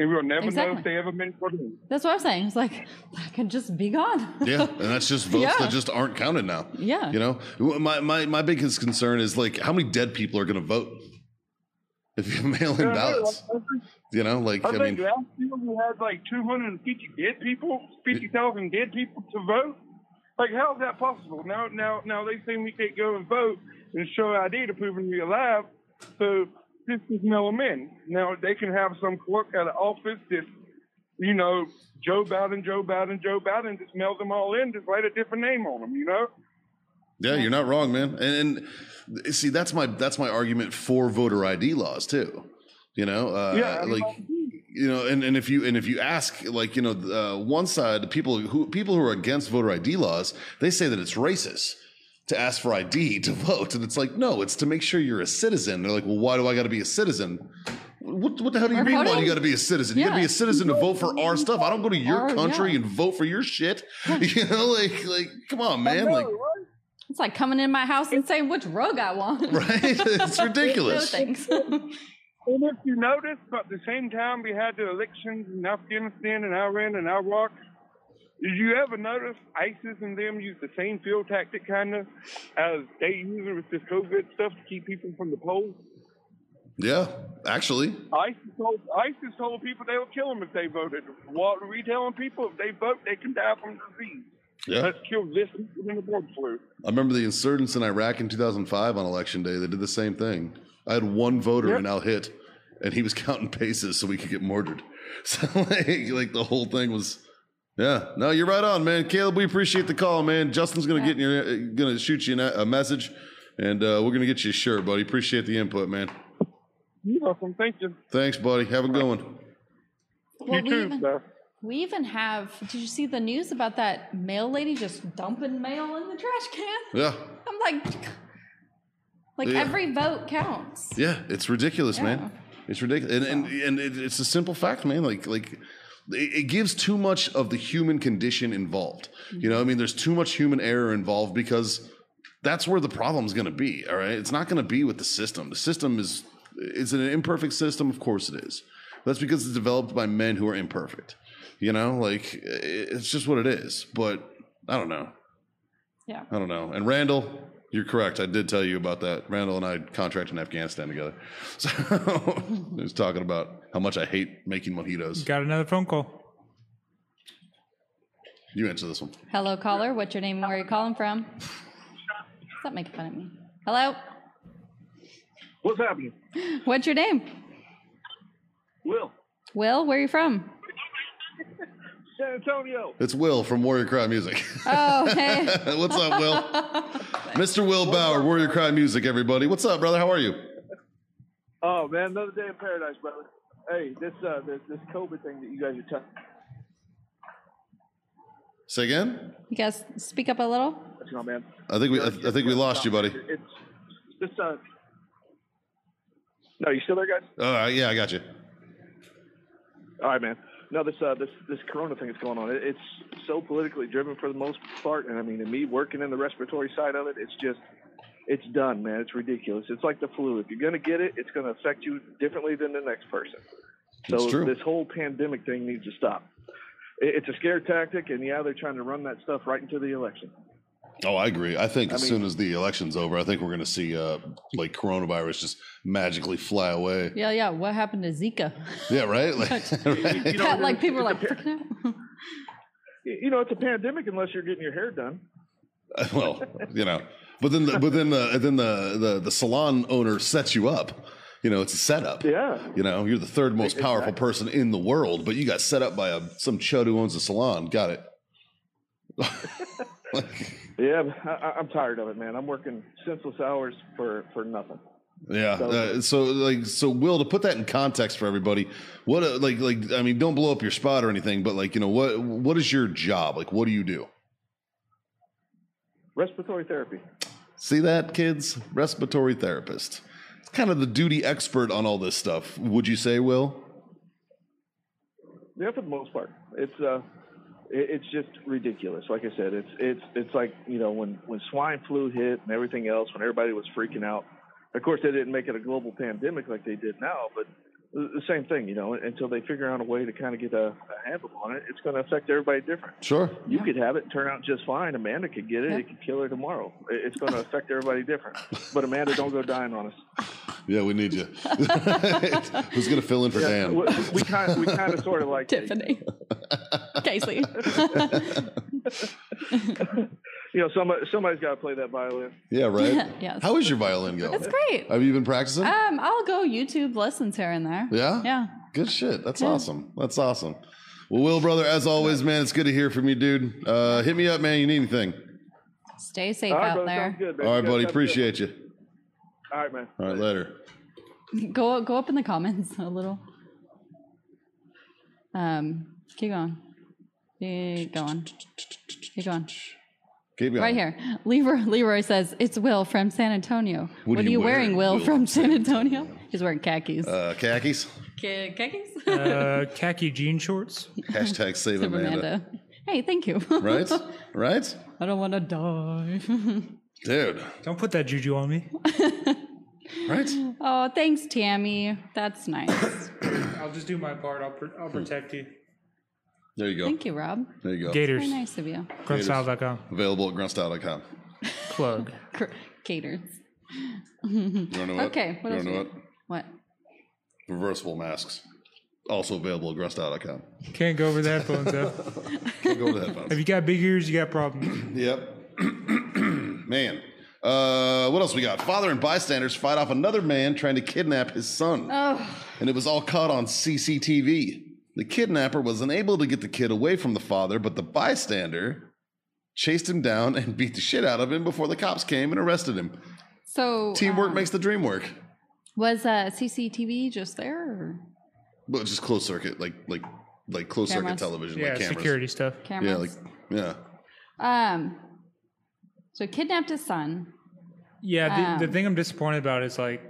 D: And we'll never know
B: Exactly.
D: if they ever been put in.
B: That's what I'm saying. It's like, I can just be gone.
A: Yeah, and that's just votes
B: Yeah.
A: that just aren't counted now.
B: Yeah.
A: You know, Wh- my my my biggest concern is like how many dead people are going to vote if you mail in ballots. You know, like
D: I,
A: I
D: think
A: mean,
D: last year we had like 250 dead people, 50,000 dead people to vote. Like, how is that possible? Now, now, now they say we can't go and vote and show ID to prove we're alive. So this is no men. Now they can have some clerk at an office that, you know, Joe Biden, Joe Biden, Joe Biden, just mail them all in, just write a different name on them, you know.
A: Yeah, you're not wrong, man. And, and see, that's my that's my argument for voter ID laws too. You know, uh,
D: Yeah, I mean,
A: like you know, and, and if you and if you ask, like you know, uh, one side the people who people who are against voter ID laws, they say that it's racist to ask for ID to vote, and it's like no, it's to make sure you're a citizen. They're like, well, why do I got to be a citizen? What, what the hell do you
B: We're
A: mean? Why
B: voting.
A: do you got to be a citizen? You got to be
B: Yeah.
A: a citizen to vote for our stuff. I don't go to your
B: Our-
A: country
B: yeah.
A: and vote for your shit. You know, like like come on, man, like.
B: It's like coming in my house and saying which rug I want.
A: right? It's
B: No
A: ridiculous.
B: thanks.
D: And if you notice, but at the same time, we had the elections in Afghanistan and Iran and Iraq. Did you ever notice ISIS and them use the same field tactic, kind of, as they using with this COVID stuff to keep people from the polls?
A: yeah, actually,
D: ISIS told, ISIS told people they would kill them if they voted. What are we telling people? If they vote, they can die from disease.
A: Yeah.
G: Let's kill this people in the blood flu.
A: I remember the insurgents in Iraq in 2005 on election day. They did the same thing. I had one voter
G: Yep.
A: in Al Hit, and he was counting paces so we could get murdered. So like, like the whole thing was. Yeah, no, you're right on, man. Caleb, we appreciate the call, man. Justin's gonna get in your, uh, gonna shoot you a a message, and uh, we're gonna get you a shirt, buddy. Appreciate the input, man.
G: You're welcome. Thank you.
A: Thanks, buddy. Have a good one.
B: Well,
G: you
B: we
G: too,
B: even,
G: sir.
B: we even have. Did you see the news about that mail lady just dumping mail in the trash can?
A: Yeah,
B: I'm like, like
A: Yeah.
B: every vote counts.
A: yeah, it's ridiculous,
B: Yeah.
A: man. It's ridiculous, and and, and it, it's a simple fact, man. Like like it, it gives too much of the human condition involved. You know, I mean, there's too much human error involved because that's where the problem's going to be. All right, it's not going to be with the system. The system is is it an imperfect system. Of course, it is. That's because it's developed by men who are imperfect. You know, like i- it's just what it is. But I don't know.
B: Yeah.
A: I don't know. And Randall, you're correct. I did tell you about that. Randall and I contracted in Afghanistan together. So he was talking about how much I hate making mojitos.
E: Got another phone call.
A: You answer this one.
B: Hello, caller. What's your name and where are you calling from? Stop making fun of me. Hello.
G: What's happening?
B: What's your name?
G: Will.
B: Will, where are you from?
G: San Antonio.
A: It's Will from Warrior Cry Music.
B: Oh, hey.
A: What's up, Will? Mr. Will Bauer, Warrior Cry Music, everybody. What's up, brother? How are you?
G: Oh man, another day in paradise, brother. Hey, this uh this, this COVID thing that you guys are talking
A: Say again?
B: You guys speak up a little.
G: about, man.
A: I think we I, I think we lost you, buddy.
G: It's this uh No, you still there guys?
A: All right, yeah, I got you.
G: All right, man. No, this uh, this this Corona thing that's going on, it, it's so politically driven for the most part, and I mean, and me working in the respiratory side of it, it's just, it's done, man. It's ridiculous. It's like the flu. If you're gonna get it, it's gonna affect you differently than the next person.
A: It's
G: So
A: true.
G: this whole pandemic thing needs to stop. It, it's a scare tactic, and yeah, they're trying to run that stuff right into the election.
A: Oh, I agree. I think as
G: mean-
A: soon as the election's over, I think we're going to see uh, like coronavirus just magically fly away.
B: Yeah, yeah. What happened to Zika?
A: Yeah, right? Like, right?
B: like people are like, freaking out.
G: Y- You know, it's a pandemic unless you're getting your hair done.
A: well, you know, but then the, but then the then the, the the salon owner sets you up. You know, it's a setup.
G: Yeah.
A: You know, you're the third most powerful person in the world, but you got set up by a some chud who owns a salon. Got it. Like,
G: Yeah, I, I- I'm tired of it, man. I'm working senseless hours for for nothing.
A: yeah. Uh, so like so Will to put that in context for everybody, what uh like like I mean, don't blow up your spot or anything, but like, you know, what what is your job? Like what do you do?
G: Respiratory therapy.
A: See that, kids? Respiratory therapist. It's kind of the duty expert on all this stuff. Would you say, Will?
G: Yeah, for the most part, it's uh, it, it's just ridiculous. Like I said, it's it's it's like you know when when swine flu hit and everything else, when everybody was freaking out. Of course, they didn't make it a global pandemic like they did now, but the the same thing, you know. Until they figure out a way to kind of get a, a handle on it, it's going to affect everybody different.
A: Sure.
G: You could have it and turn out just fine. Amanda could get it; it could kill her tomorrow. It- It's going to affect everybody different. But Amanda, don't go dying on us.
A: Yeah, we need you. Who's gonna fill in for Dan?
G: We, we kind of, we kind of, sort of like you.
B: Tiffany. Casey.
G: you know, somebody somebody's got to play that violin.
A: Yeah, right.
B: Yes.
A: How is your violin going?
B: it's great.
A: Have you been practicing?
B: Um, I'll go YouTube lessons here and there.
A: yeah.
B: Yeah.
A: Good shit. That's awesome. That's awesome. Well, Will, brother, as always, man, it's good to hear from you, dude. Uh, hit me up, man. You need anything?
B: Stay safe
G: All right,
B: out
G: brother,
B: there.
G: sounds good, man.
A: All
G: You
A: right,
G: guys
A: buddy.
G: have a good-
A: Appreciate you.
G: All right, man.
A: All right, later.
B: Go go up in the comments a little. Um, keep going. Keep going. Keep going.
A: Keep going.
B: Right here. Leroy, Leroy says, It's Will from San Antonio. What, are you wearing, Will, from San Antonio? He's wearing khakis.
A: Uh, khakis.
B: K- khakis?
E: Uh, khaki jean shorts.
A: Hashtag save
B: From
A: Amanda.
B: Amanda. Hey, thank you.
A: Right. Right.
B: I don't want to die.
A: Dude.
E: Don't put that juju on me.
A: Right.
B: oh, thanks, Tammy. That's nice.
E: I'll just do my part. I'll, pr- I'll protect you.
A: There you go.
B: thank you, Rob.
A: There you go.
E: Gators.
B: Very nice of you.
E: Crunchstyle.com.
A: Available at gruntstyle.com.
E: Plug.
B: Cr- Caters.
A: You want to know what?
B: Okay, what
A: you want to
B: else we
A: know
B: got?
A: what?
B: What?
A: Reversible masks. Also available at gresta.com.
E: Can't go over the headphones though.
A: Can't go to the
E: if
A: headphones.
E: you got big ears, you got problems.
A: Yep. man. Uh, what else we got? Father and bystanders fight off another man trying to kidnap his son.
B: Oh,
A: and it was all caught on CCTV. The kidnapper was unable to get the kid away from the father, but the bystander chased him down and beat the shit out of him before the cops came and arrested him.
B: so
A: Teamwork
B: um,
A: makes the dream work.
B: Was uh, CCTV just there? Or
A: But just closed circuit, like like like closed circuit
B: Cameras.
A: television,
E: yeah,
A: like cameras.
E: security stuff.
A: Yeah,
B: cameras?
A: like yeah.
B: um, so kidnapped his son.
E: Yeah, the, the
B: Um,
E: thing I'm disappointed about is like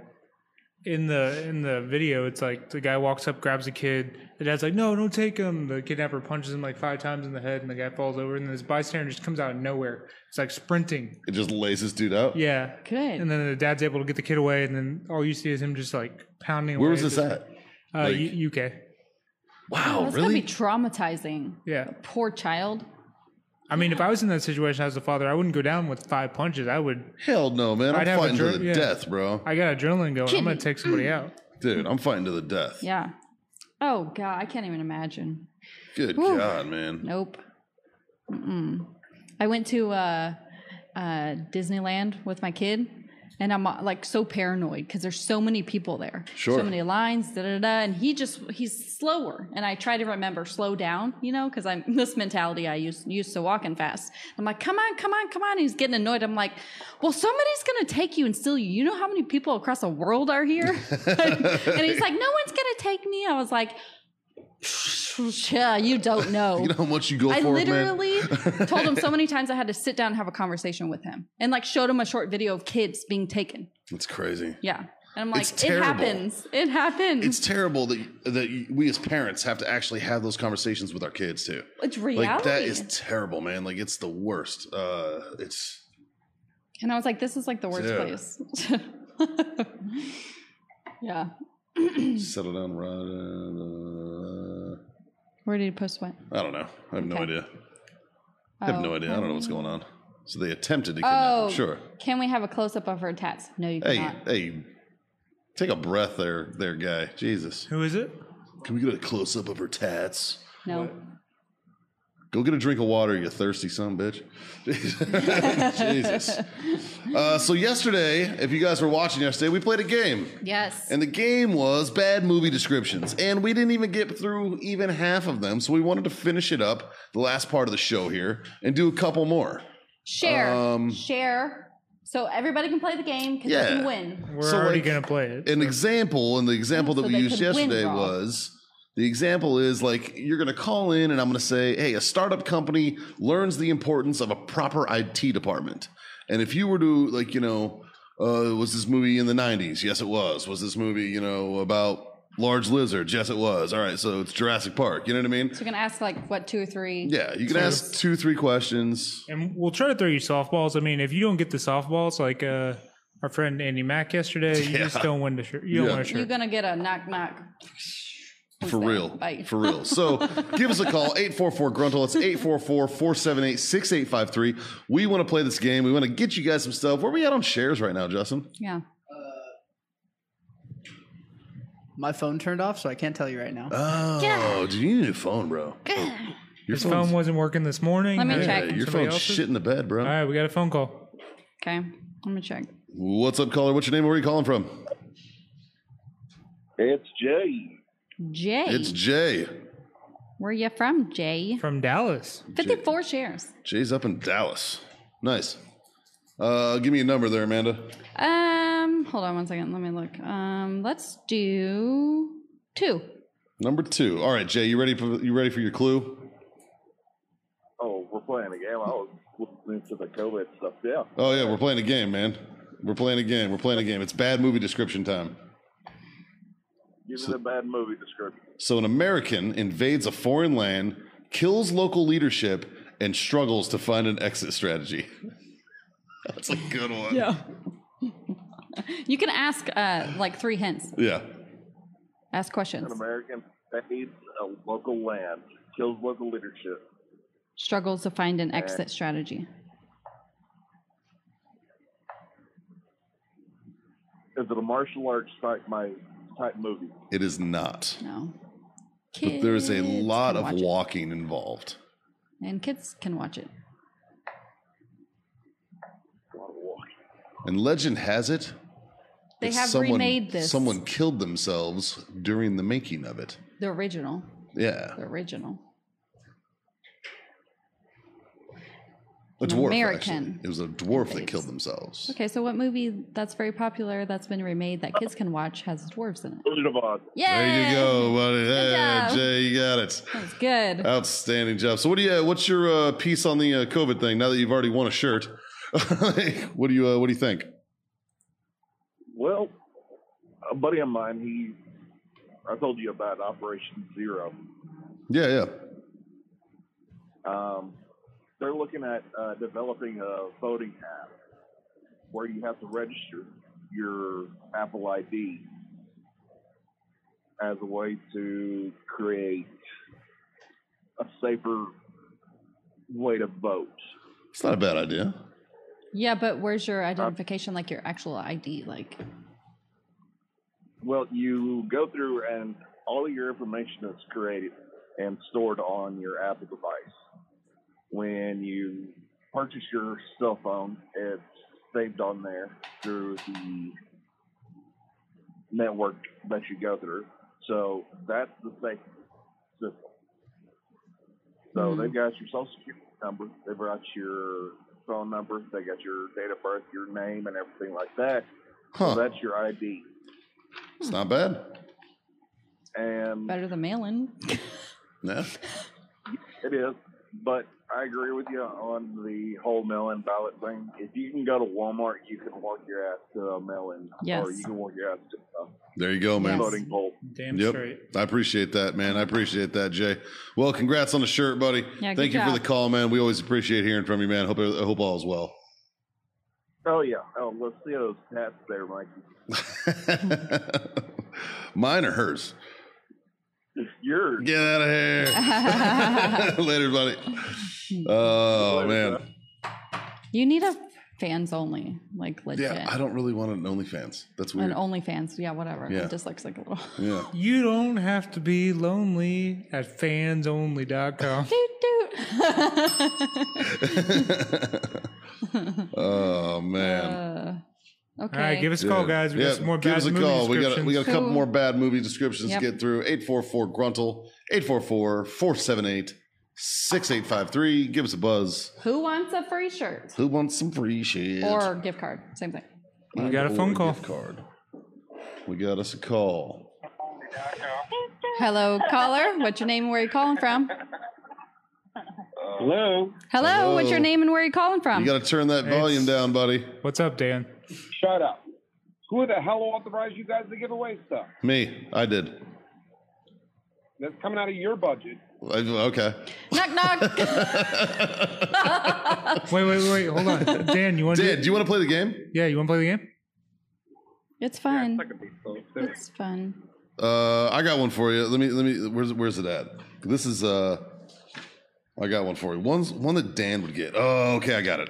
E: in the in the video, it's like the guy walks up, grabs the kid. The dad's like, "No, don't take him." The kidnapper punches him like five times in the head, and the guy falls over. And then this bystander just comes out of nowhere. It's like sprinting.
A: It just lays this dude out.
E: Yeah,
B: Good.
E: and then the dad's able to get the kid away, and then all you see is him just like pounding.
A: Where
E: away
A: was this at?
E: Uh,
A: Like-
E: U- UK.
A: Wow,
B: Oh, That's
A: Oh, really?
B: gonna be traumatizing.
E: Yeah,
B: Poor child.
E: I mean, if I was in that situation as a father, I wouldn't go down with five punches. I would.
A: Hell no, man. I'm
E: I'd have a
A: fighting to
E: dr-
A: the
E: yeah.
A: death, bro.
E: I got adrenaline going. I'm
B: Kidney.
E: gonna take somebody out.
A: Dude, I'm fighting to the death.
B: Yeah. Oh God, I can't even imagine.
A: Good
B: Whew.
A: God, man.
B: Nope. Mm-mm. I went to uh, uh, Disneyland with my kid, and I'm uh, like so paranoid because there's so many people there,
A: Sure.
B: so many lines, da da da. And he just he's slower, and I try to remember slow down, you know, because I'm this mentality I used used to walking fast. I'm like, come on, come on, come on. He's getting annoyed. I'm like, well, somebody's gonna take you and steal you. You know how many people across the world are here? and he's like, no one's gonna take me. I was like. Yeah, you don't know.
A: You know how much you go
B: I
A: for, man.
B: literally told him so many times I had to sit down and have a conversation with him and like showed him a short video of kids being taken.
A: It's crazy.
B: Yeah. And I'm like,
A: It's
B: it
A: terrible.
B: happens. It happens.
A: it's
B: It's,
A: terrible that that we as parents have to actually have those conversations with our kids too.
B: reality.
A: Like that is terrible, man. Like it's the worst. Uh, it's
B: and I was like, this is like the worst
A: Yeah.
B: place. yeah.
A: settle down, right?
B: Where did you post what?
A: Uh, I don't know. I have no
B: Okay.
A: idea. I have no
B: Oh.
A: idea. I don't know what's going on. So they attempted to kidnap.
B: Oh,
A: him. Sure.
B: Can we have a close up of her tats? No, you
A: Hey,
B: cannot.
A: hey. Take a breath, there, there, guy. Jesus.
E: Who is it?
A: Can we get a close up of her tats?
B: No.
A: Go get a drink of water, you thirsty son of a bitch. Jesus. Uh, so yesterday, if you guys were watching yesterday, we played a game,
B: Yes.
A: and the game was bad movie descriptions, and we didn't even get through even half of them. So we wanted to finish it up, the last part of the show here, and do a couple more.
B: Share.
A: um,
B: Share. So everybody can play the game because
A: Yeah.
B: they can win.
E: We're
A: So,
E: already
A: like,
E: gonna play it.
A: An example, and the example
B: So
A: that we
B: they
A: used
B: could win
A: yesterday
B: raw.
A: was. The example is like you're going to call in, and I'm going to say, "Hey, a startup company learns the importance of a proper IT department." And if you were to like, you know, uh, was this movie in the '90s? Yes, it was. Was this movie, you know, about large lizards? Yes, it was. All right, so it's Jurassic Park. You know what I mean?
B: So you can ask like what two or three.
A: Yeah, you can ask two, three questions.
E: And we'll try to throw you softballs. I mean, if you don't get the softballs, like uh, our friend Andy Mack yesterday, you just don't win the shirt. You don't
A: Yeah.
E: win a
B: You're
E: shirt.
B: gonna get a knock knock.
A: For
B: that?
A: real.
B: Bye.
A: For real. So give us a call, 844 Gruntle. That's 844 478 6853. We want to play this game. We want to get you guys some stuff. Where are we at on shares right now, Justin?
B: Yeah.
C: My phone turned off, so I can't tell you right now.
A: Oh,
B: Yeah.
A: do you need a phone, bro? Your
E: His phone wasn't working this morning.
B: Let me
E: Uh,
B: check.
A: yeah, your
E: Somebody
A: phone's
E: else's?
A: shit in the bed, bro.
E: All right, we got a phone call.
B: Okay. I'm gonna check.
A: What's up, caller? What's your name? Where are you calling from?
F: It's Jay.
B: Jay.
A: It's Jay.
B: where you from, Jay?
E: From Dallas.
B: 54 shares.
A: Jay's up in Dallas. Nice. Uh, give me a number there, Amanda.
B: Um, hold on one second. Let me look. Um, let's do two.
A: Number two. All right, Jay, you ready for you ready for your clue?
F: Oh, we're playing a game. I was listening to the COVID stuff. Yeah.
A: Oh yeah, we're playing a game, man. We're playing a game. We're playing a game. It's bad movie description time.
F: Give me the bad movie description.
A: So an American invades a foreign land, kills local leadership, and struggles to find an exit strategy. That's a good one. Yeah.
B: You can ask uh like three hints.
A: Yeah.
B: Ask questions.
F: An American invades a local land, kills local leadership.
B: Struggles to find an exit strategy.
F: Is it a martial arts type my type movie?
A: It is not.
B: No. Kids
A: But there's a lot
B: can
A: of
B: watch it.
A: walking involved.
B: and kids can watch it.
A: And legend has it
B: They
A: that
B: have
A: someone,
B: remade this.
A: Someone killed themselves during the making of it.
B: the original,
A: Yeah,
B: the original.
A: a dwarf.
B: American
A: actually. It was a dwarf that
B: invades.
A: killed themselves.
B: Okay, so what movie that's very popular that's been remade that kids can watch has dwarves in it?
H: Wizard of Oz.
B: Yeah,
A: There you go, buddy. Hey,
B: job.
A: Jay, you got it.
B: That's good.
A: Outstanding job. So, what do you? What's your uh, piece on the uh, COVID thing? Now that you've already won a shirt, what do you? Uh, what do you think?
H: Well, a buddy of mine, he, I told you about Operation Zero.
A: Yeah, yeah.
H: Um, they're looking at uh, developing a voting app where you have to register your Apple ID as a way to create a safer way to vote.
A: It's not a bad idea.
B: Yeah, but where's your identification, like your actual ID? Like,
H: Well, you go through and all of your information is created and stored on your Apple device. When you purchase your cell phone, it's saved on there through the network that you go through. So that's the safe system. So
B: Mhm.
H: they've got your social security number, they've got your phone number, they got your date of birth, your name, and everything like that.
A: Huh?
H: So that's your ID.
A: it's not bad.
H: And
B: better than mail-in.
A: Yeah.
H: It is, but I agree with you on the whole mail-in ballot thing. If you can go to Walmart, you can walk your ass to a mail-in,
B: Yes.
H: or you can walk your ass to a
A: There you go, man.
B: Yes.
H: voting poll.
E: Damn
A: Yep.
E: straight.
A: I appreciate that, man. I appreciate that, Jay. Well, congrats on the shirt, buddy.
B: Yeah,
A: Thank
B: good
A: you for the
B: job.
A: call, man. We always appreciate hearing from you, man. Hope I hope all is well.
H: Oh yeah. Oh, let's see those hats there, Mikey.
A: Mine or hers?
H: Yours.
A: Get out of here. Later, buddy. Oh man.
B: You need a fans only, like legit.
A: Yeah, I don't really want an OnlyFans. That's
B: and
A: weird.
B: OnlyFans, yeah, whatever.
A: Yeah.
B: I'm dyslexic a little.
A: Yeah.
E: You don't have to be lonely at fansonly.com.
B: Doot, doot.
A: oh man.
B: uh, okay.
E: All right, give us a call,
A: Yeah.
E: guys. We
A: Yeah,
E: got some more
A: give
E: bad
A: us a
E: movie
A: call. We got we got a couple
B: descriptions.
A: more bad movie descriptions
B: Yep.
A: to get through. 844 Gruntle 844-478-6853. Give us a buzz.
B: Who wants a free shirt
A: Who wants some free shit?
B: or gift card? Same thing.
E: We got a
A: Or
E: phone call.
A: gift card. We got us a call.
B: Hello, caller. What's your name and where you calling from?
I: Hello.
B: Hello, What's your
A: Hello.
B: name and where you calling from?
A: You got to turn that volume down, buddy.
E: What's up, Dan?
J: Shut up. Who the hell authorized you guys to give away stuff?
A: Me, I did.
J: That's coming out of your budget.
A: I- Okay.
B: knock knock.
E: Wait, wait, wait. Hold on. Dan, you want to?
A: Dan, do you want to play the game?
E: Yeah, you want to play the game?
B: it's fun.
J: Folks.
B: It's fun.
A: Uh, I got one for you. Let me let me. Where's where's it at? This is uh, I got one for you. One's one that Dan would get. Oh, okay, I got it.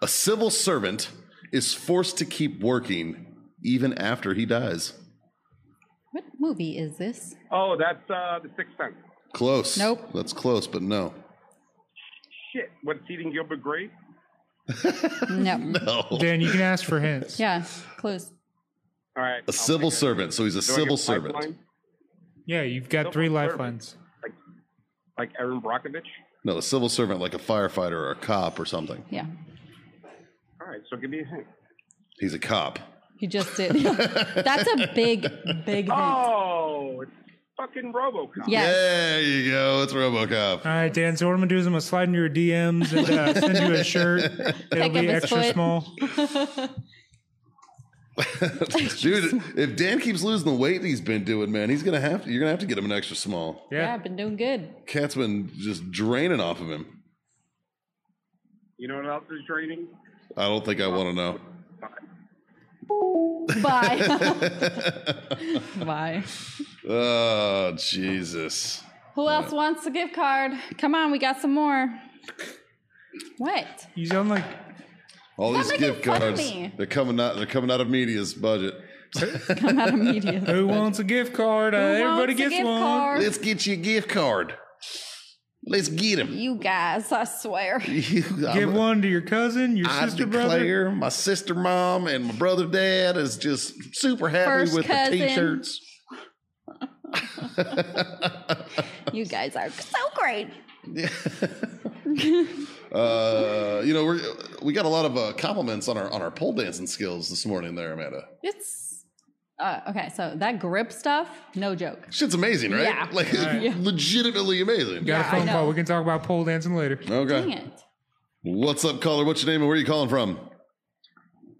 A: A civil servant is forced to keep working even after he dies.
B: What movie is this?
J: Oh, that's uh, the Sixth Sense.
A: Close.
B: Nope.
A: That's close, but no.
J: Shit. What's eating Gilbert Grape?
B: No.
A: No.
E: Dan, you can ask for hints.
B: yeah, close.
J: All right.
A: A civil servant. So he's a civil servant.
E: Yeah, you've got three lifelines.
J: Like Aaron Brockovich?
A: No, a civil servant like a firefighter or a cop or something.
B: Yeah,
J: All right, so give me a hint.
A: He's a cop.
B: you just did. That's a big, big hint.
J: Oh, it's fucking RoboCop.
B: yes.
A: There you go. It's RoboCop.
E: All right, Dan. So what I'm gonna do is I'm gonna slide into your DMs and uh, send you a shirt. It'll
B: Pick up
E: be
B: his
E: extra
B: foot.
E: small.
A: Dude, if Dan keeps losing the weight he's been doing, man, he's gonna have to. You're gonna have to get him an extra small.
B: Yeah,
E: Yeah.
B: I've been doing good.
A: Cat's been just draining off of him.
J: You know what else is draining?
A: I don't think I want to know.
B: Bye. Bye.
A: Oh Jesus!
B: Who else wants a gift card? Come on, we got some more. What?
E: You sound like
A: All
B: Stop
A: these
B: making
A: gift
B: fun of
A: cards—they're
B: me.
A: coming out. They're coming out of media's budget.
B: Come out immediately.
E: Who wants a gift card? Uh,
B: Who
E: everybody
B: wants a
E: gets
B: gift
E: one.
B: card?
A: Let's get you a gift card. Let's get him.
B: You guys, I swear.
E: Give one to your cousin, your
A: I
E: sister, brother.
A: declare my sister mom and my brother dad is just super happy
B: First
A: with
B: cousin.
A: the t-shirts.
B: You guys are so great.
A: Uh, you know, we we got a lot of uh, compliments on our on our pole dancing skills this morning there, Amanda.
B: It's uh, okay. So that grip stuff, no joke.
A: Shit's amazing, right?
B: Yeah.
A: Like
B: Yeah.
A: legitimately amazing.
E: Got
B: Yeah, I
E: a phone
B: know.
E: call. We can talk about pole dancing later.
A: Okay.
B: Dang it.
A: What's up, caller? What's your name and where are you calling from?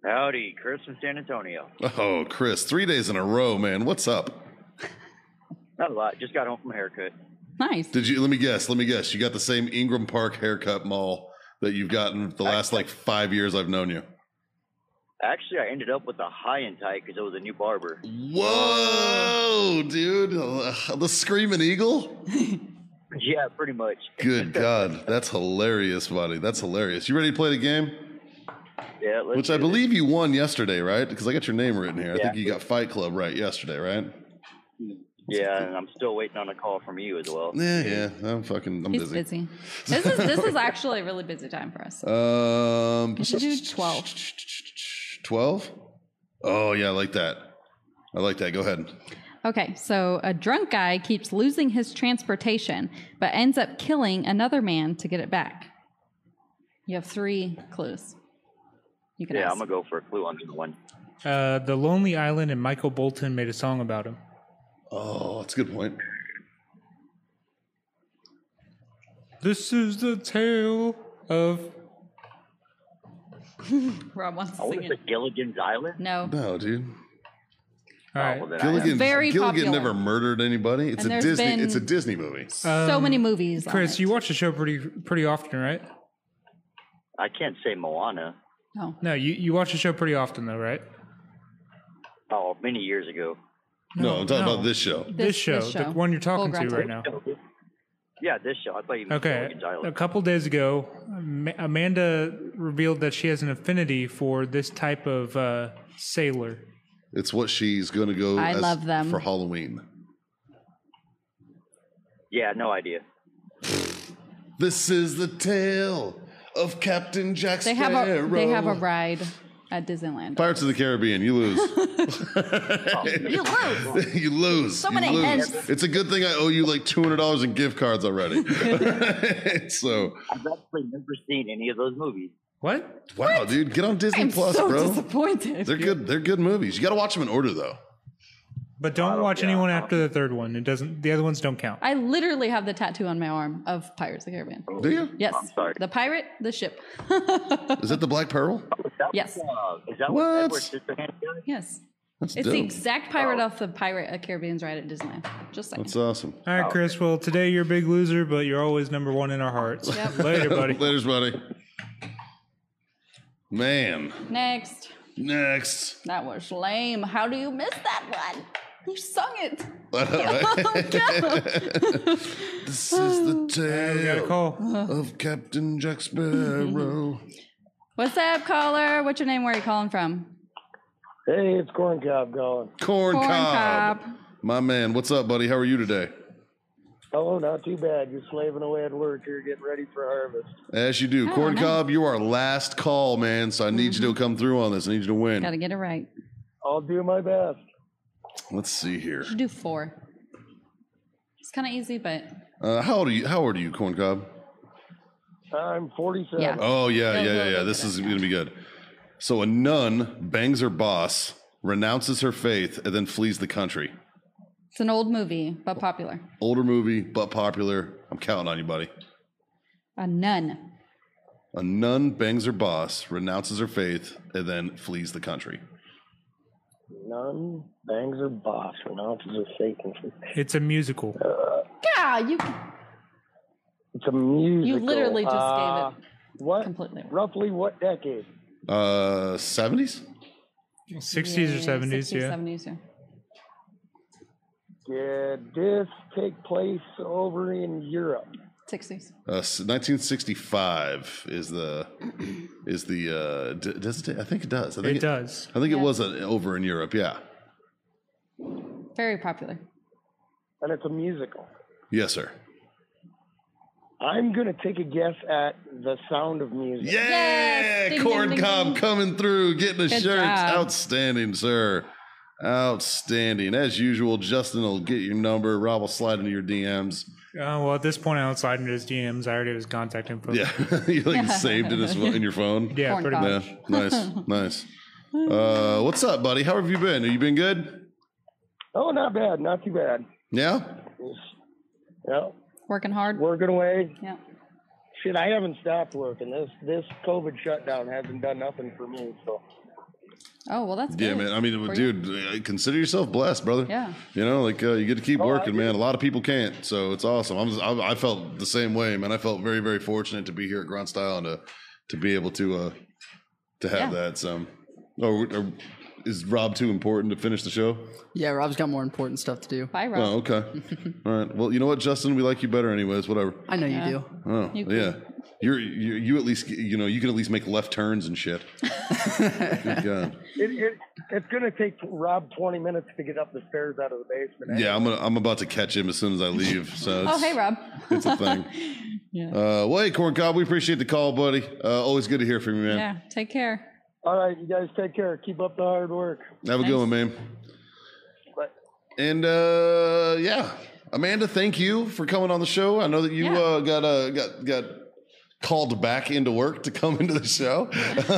K: Howdy, Chris from San Antonio.
A: Oh, Chris, three days in a row, man. What's up?
K: Not a lot. Uh, Just got home from a haircut.
B: Nice.
A: Did you let me guess? Let me guess. You got the same Ingram Park haircut mall that you've gotten the last like five years I've known you.
K: Actually, I ended up with a high and tight because it was a new barber.
A: Whoa, dude. Uh, The Screaming Eagle?
K: Yeah, pretty much.
A: Good God. That's hilarious, buddy. That's hilarious. You ready to play the game?
K: Yeah, let's
A: Which I
K: do this.
A: believe you won yesterday, right? Because I got your name written here. I think you got Fight Club right yesterday, right?
K: Yeah, and I'm still waiting on a call from you as well.
A: Yeah, yeah. I'm fucking, I'm
B: He's
A: busy.
B: busy. This is this is actually a really busy time for us.
A: Um,
B: We should do twelve.
A: 12? Oh, yeah, I like that. I like that. Go ahead.
B: Okay, so a drunk guy keeps losing his transportation, but ends up killing another man to get it back. You have three clues. You can
K: Yeah, I'm
B: ask.
K: gonna go for a clue on this one.
E: Uh, the Lonely Island and Michael Bolton made a song about him.
A: Oh, that's a good point.
E: This is the tale of
B: Rob wants
K: I
B: to
K: want
B: sing
K: to say
B: it.
K: Gilligan's Island. Oh,
B: No.
A: No, dude.
E: all right.
K: Well, then I uh, am.
A: Gilligan,
B: Very
A: Gilligan
B: popular.
A: never murdered anybody. It's
B: And
A: a
B: there's
A: Disney.
B: been-
A: It's a Disney movie.
B: so many movies. on
E: Chris,
B: it.
E: you watch the show pretty pretty often, right?
K: I can't say Moana.
B: No.
E: No, you, you watch the show pretty often though, right?
K: Oh, many years ago.
A: No, I'm talking
E: no.
A: about this show.
E: This, show, the one you're
B: Full
E: talking to
B: Grotto.
E: right now.
K: Yeah, this show. I thought you meant
E: Okay,
K: Gilligan's
E: a
K: Island.
E: couple days ago, Ma- Amanda revealed that she has an affinity for this type of uh, sailor.
A: It's what she's gonna go.
B: I
A: as-
B: love them.
A: for Halloween.
K: Yeah, no idea.
A: This is the tale of Captain Jack
B: They have
A: Sparrow.
B: a they have a ride at Disneyland.
A: Pirates of the Caribbean. You lose.
B: You lose.
A: you lose.
B: So
A: you
B: many
A: lose.
B: hints.
A: It's a good thing I owe you like two hundred dollars in gift cards already. so
K: I've actually never seen any of those movies.
E: What?
A: wow, dude, get on Disney
B: I'm
A: Plus,
B: so
A: bro.
B: disappointed.
A: They're good. They're good movies. You got to watch them in order, though.
E: But don't watch anyone after the third one. It doesn't. The other ones don't count.
B: I literally have the tattoo on my arm of Pirates of the Caribbean.
A: Do you?
B: Yes.
K: I'm sorry.
B: The pirate, the ship.
A: Is that the Black Pearl?
B: yes.
K: Uh, is that
A: What?
K: what Edward Scissorhands does?
B: Yes.
A: That's
B: It's
A: dope.
B: the exact pirate off the Pirate of Caribbean's ride at Disneyland. Just saying.
A: Oh. That's awesome.
E: All right, Chris. Well, today you're a big loser, but you're always number one in our hearts. Later, buddy.
A: Later's buddy. Man,
B: Next.
A: next.
B: That was lame. How do you miss that one? You sung it.
A: All right. this is the
E: We got a
A: tale
E: call.
A: of Captain Jack Sparrow.
B: What's up, caller? What's your name? Where are you calling from?
L: Hey, it's Corn Cob calling.
A: Corn,
B: Corn
A: cob.
B: Cob.
A: My man, what's up, buddy? How are you today?
L: Oh, not too bad. Just slaving away at work here, getting ready for harvest.
A: As you do,
B: Oh,
A: corn
B: nice.
A: cob. You are last call, man. So I need you to come through on this. I need you to win.
B: Gotta get it right.
L: I'll do my best.
A: Let's see here.
B: Should do four. It's kind of easy, but
A: Uh, how old are you? How old are you, corn cob?
L: I'm 47.
B: Yeah.
A: Oh yeah,
B: Go,
A: yeah,
B: go,
A: yeah, yeah.
B: go,
A: This
B: go,
A: is
B: go.
A: gonna be good. So a nun bangs her boss, renounces her faith, and then flees the country.
B: it's an old movie, but popular.
A: Older movie, but popular. I'm counting on you, buddy.
B: A nun.
A: A nun bangs her boss, renounces her faith, and then flees the country.
L: None bangs her boss when ounces are shaking.
E: It's a musical.
B: Yeah, you
L: It's a musical.
B: you literally just
L: Uh,
B: gave
L: What?
B: it completely. wrong.
L: Roughly what decade?
A: Uh, seventies?
E: 60s
B: Yeah,
E: or 70s,
B: 60s,
E: yeah.
B: 70s, yeah.
L: Did this take place over in Europe?
B: 60s.
A: Uh, s- 1965 is the is the uh, d- does it? I think it does. I think
E: It does.
A: I think
B: Yeah.
A: it was uh over in Europe. Yeah.
B: Very popular.
L: and it's a musical.
A: Yes, sir.
L: I'm going to take a guess at The Sound of Music.
A: Yeah,
B: Yes! Ding,
A: corn
B: ding, ding,
A: cob
B: ding.
A: coming through, getting the
B: Good
A: shirts.
B: job.
A: Outstanding, sir. Outstanding. As usual, Justin will get your number. Rob will slide into your DMs.
E: Uh, well, at this point, I don't slide into his DMs. I already have his contact info.
A: Yeah, you like saved it as- in your phone.
E: Yeah,
B: Corn
E: pretty
B: cob.
E: much.
A: Yeah, nice, nice. Uh, what's up, buddy? How have you been? Have you been good?
L: Oh, not bad. Not too bad.
A: Yeah.
L: Yeah,
B: Working hard.
L: working away.
B: Yeah.
L: Shit, I haven't stopped working. This this COVID shutdown hasn't done nothing for me. So
B: Oh well, that's
A: Yeah,
B: good.
A: man. I mean,
B: For you.
A: dude, uh, consider yourself blessed, brother.
B: Yeah. Oh,
A: You know, like uh, you get to keep
L: I
A: working,
L: do.
A: man. A lot of people can't, so it's awesome. I'm, just, I, I felt the same way, man. I felt very, very fortunate to be here at Grunt Style and to to be able to uh to have
B: Yeah.
A: that. So, oh, or, is Rob too important to finish the show?
C: Yeah, Rob's got more important stuff to do.
B: Bye, Rob.
A: Oh, okay. All right. Well, you know what, Justin, we like you better, anyways. Whatever.
C: I know you do.
A: Oh,
B: You could-
A: yeah. You're you, you at least you know you can at least make left turns and shit. Good God.
L: it, it it's going to take Rob 20 minutes to get up the stairs out of the basement. eh?
A: Yeah, I'm gonna, I'm about to catch him as soon as I leave. So
B: Oh,
A: it's-
B: hey, Rob.
A: it's a thing.
B: Yeah.
A: Uh, well, hey, Corn Cob, we appreciate the call, buddy. Uh, always good to hear from you, man.
B: yeah. Take care.
L: All right, you guys take care. Keep up the hard work.
A: Have a good one, man.
L: But
A: And uh, yeah, Amanda, thank you for coming on the show. I know that you
B: Yeah.
A: uh, got uh, got got called back into work to come into the show,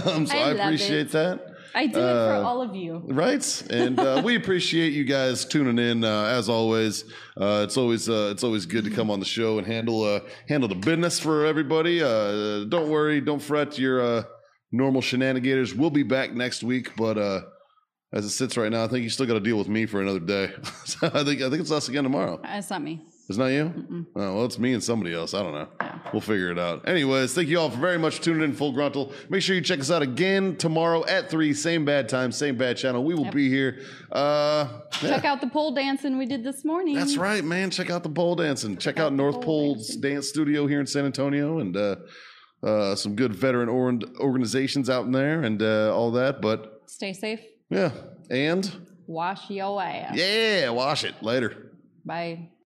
A: um, so
B: I
A: I,
B: love
A: appreciate
B: it.
A: that.
B: I do it for
A: Uh,
B: all of you.
A: Right, and uh, we appreciate you guys tuning in. Uh, as always, uh, it's always uh, it's always good to come on the show and handle uh, handle the business for everybody. Uh, don't worry, don't fret. Your uh, normal shenanigans. We'll be back next week, but uh, as it sits right now, I think you still got to deal with me for another day. so I think I think it's us again tomorrow.
B: Uh, It's not me.
A: It's not you? Oh, well, it's me and somebody else. I don't know. We'll figure it out. Anyways, thank you all for very much for tuning in, Full Gruntle. Make sure you check us out again tomorrow at 3, same bad time, same bad channel. We will be here. Uh, yeah.
B: Check out the pole dancing we did this morning.
A: That's right, man. Check out the pole dancing. Check out
B: the
A: North
B: pole
A: Pole's dance studio here in San Antonio and uh, uh, some good veteran or- organizations out in there and uh, all that. But
B: Stay safe.
A: yeah, and
B: Wash your ass.
A: yeah, wash it later.
B: Bye.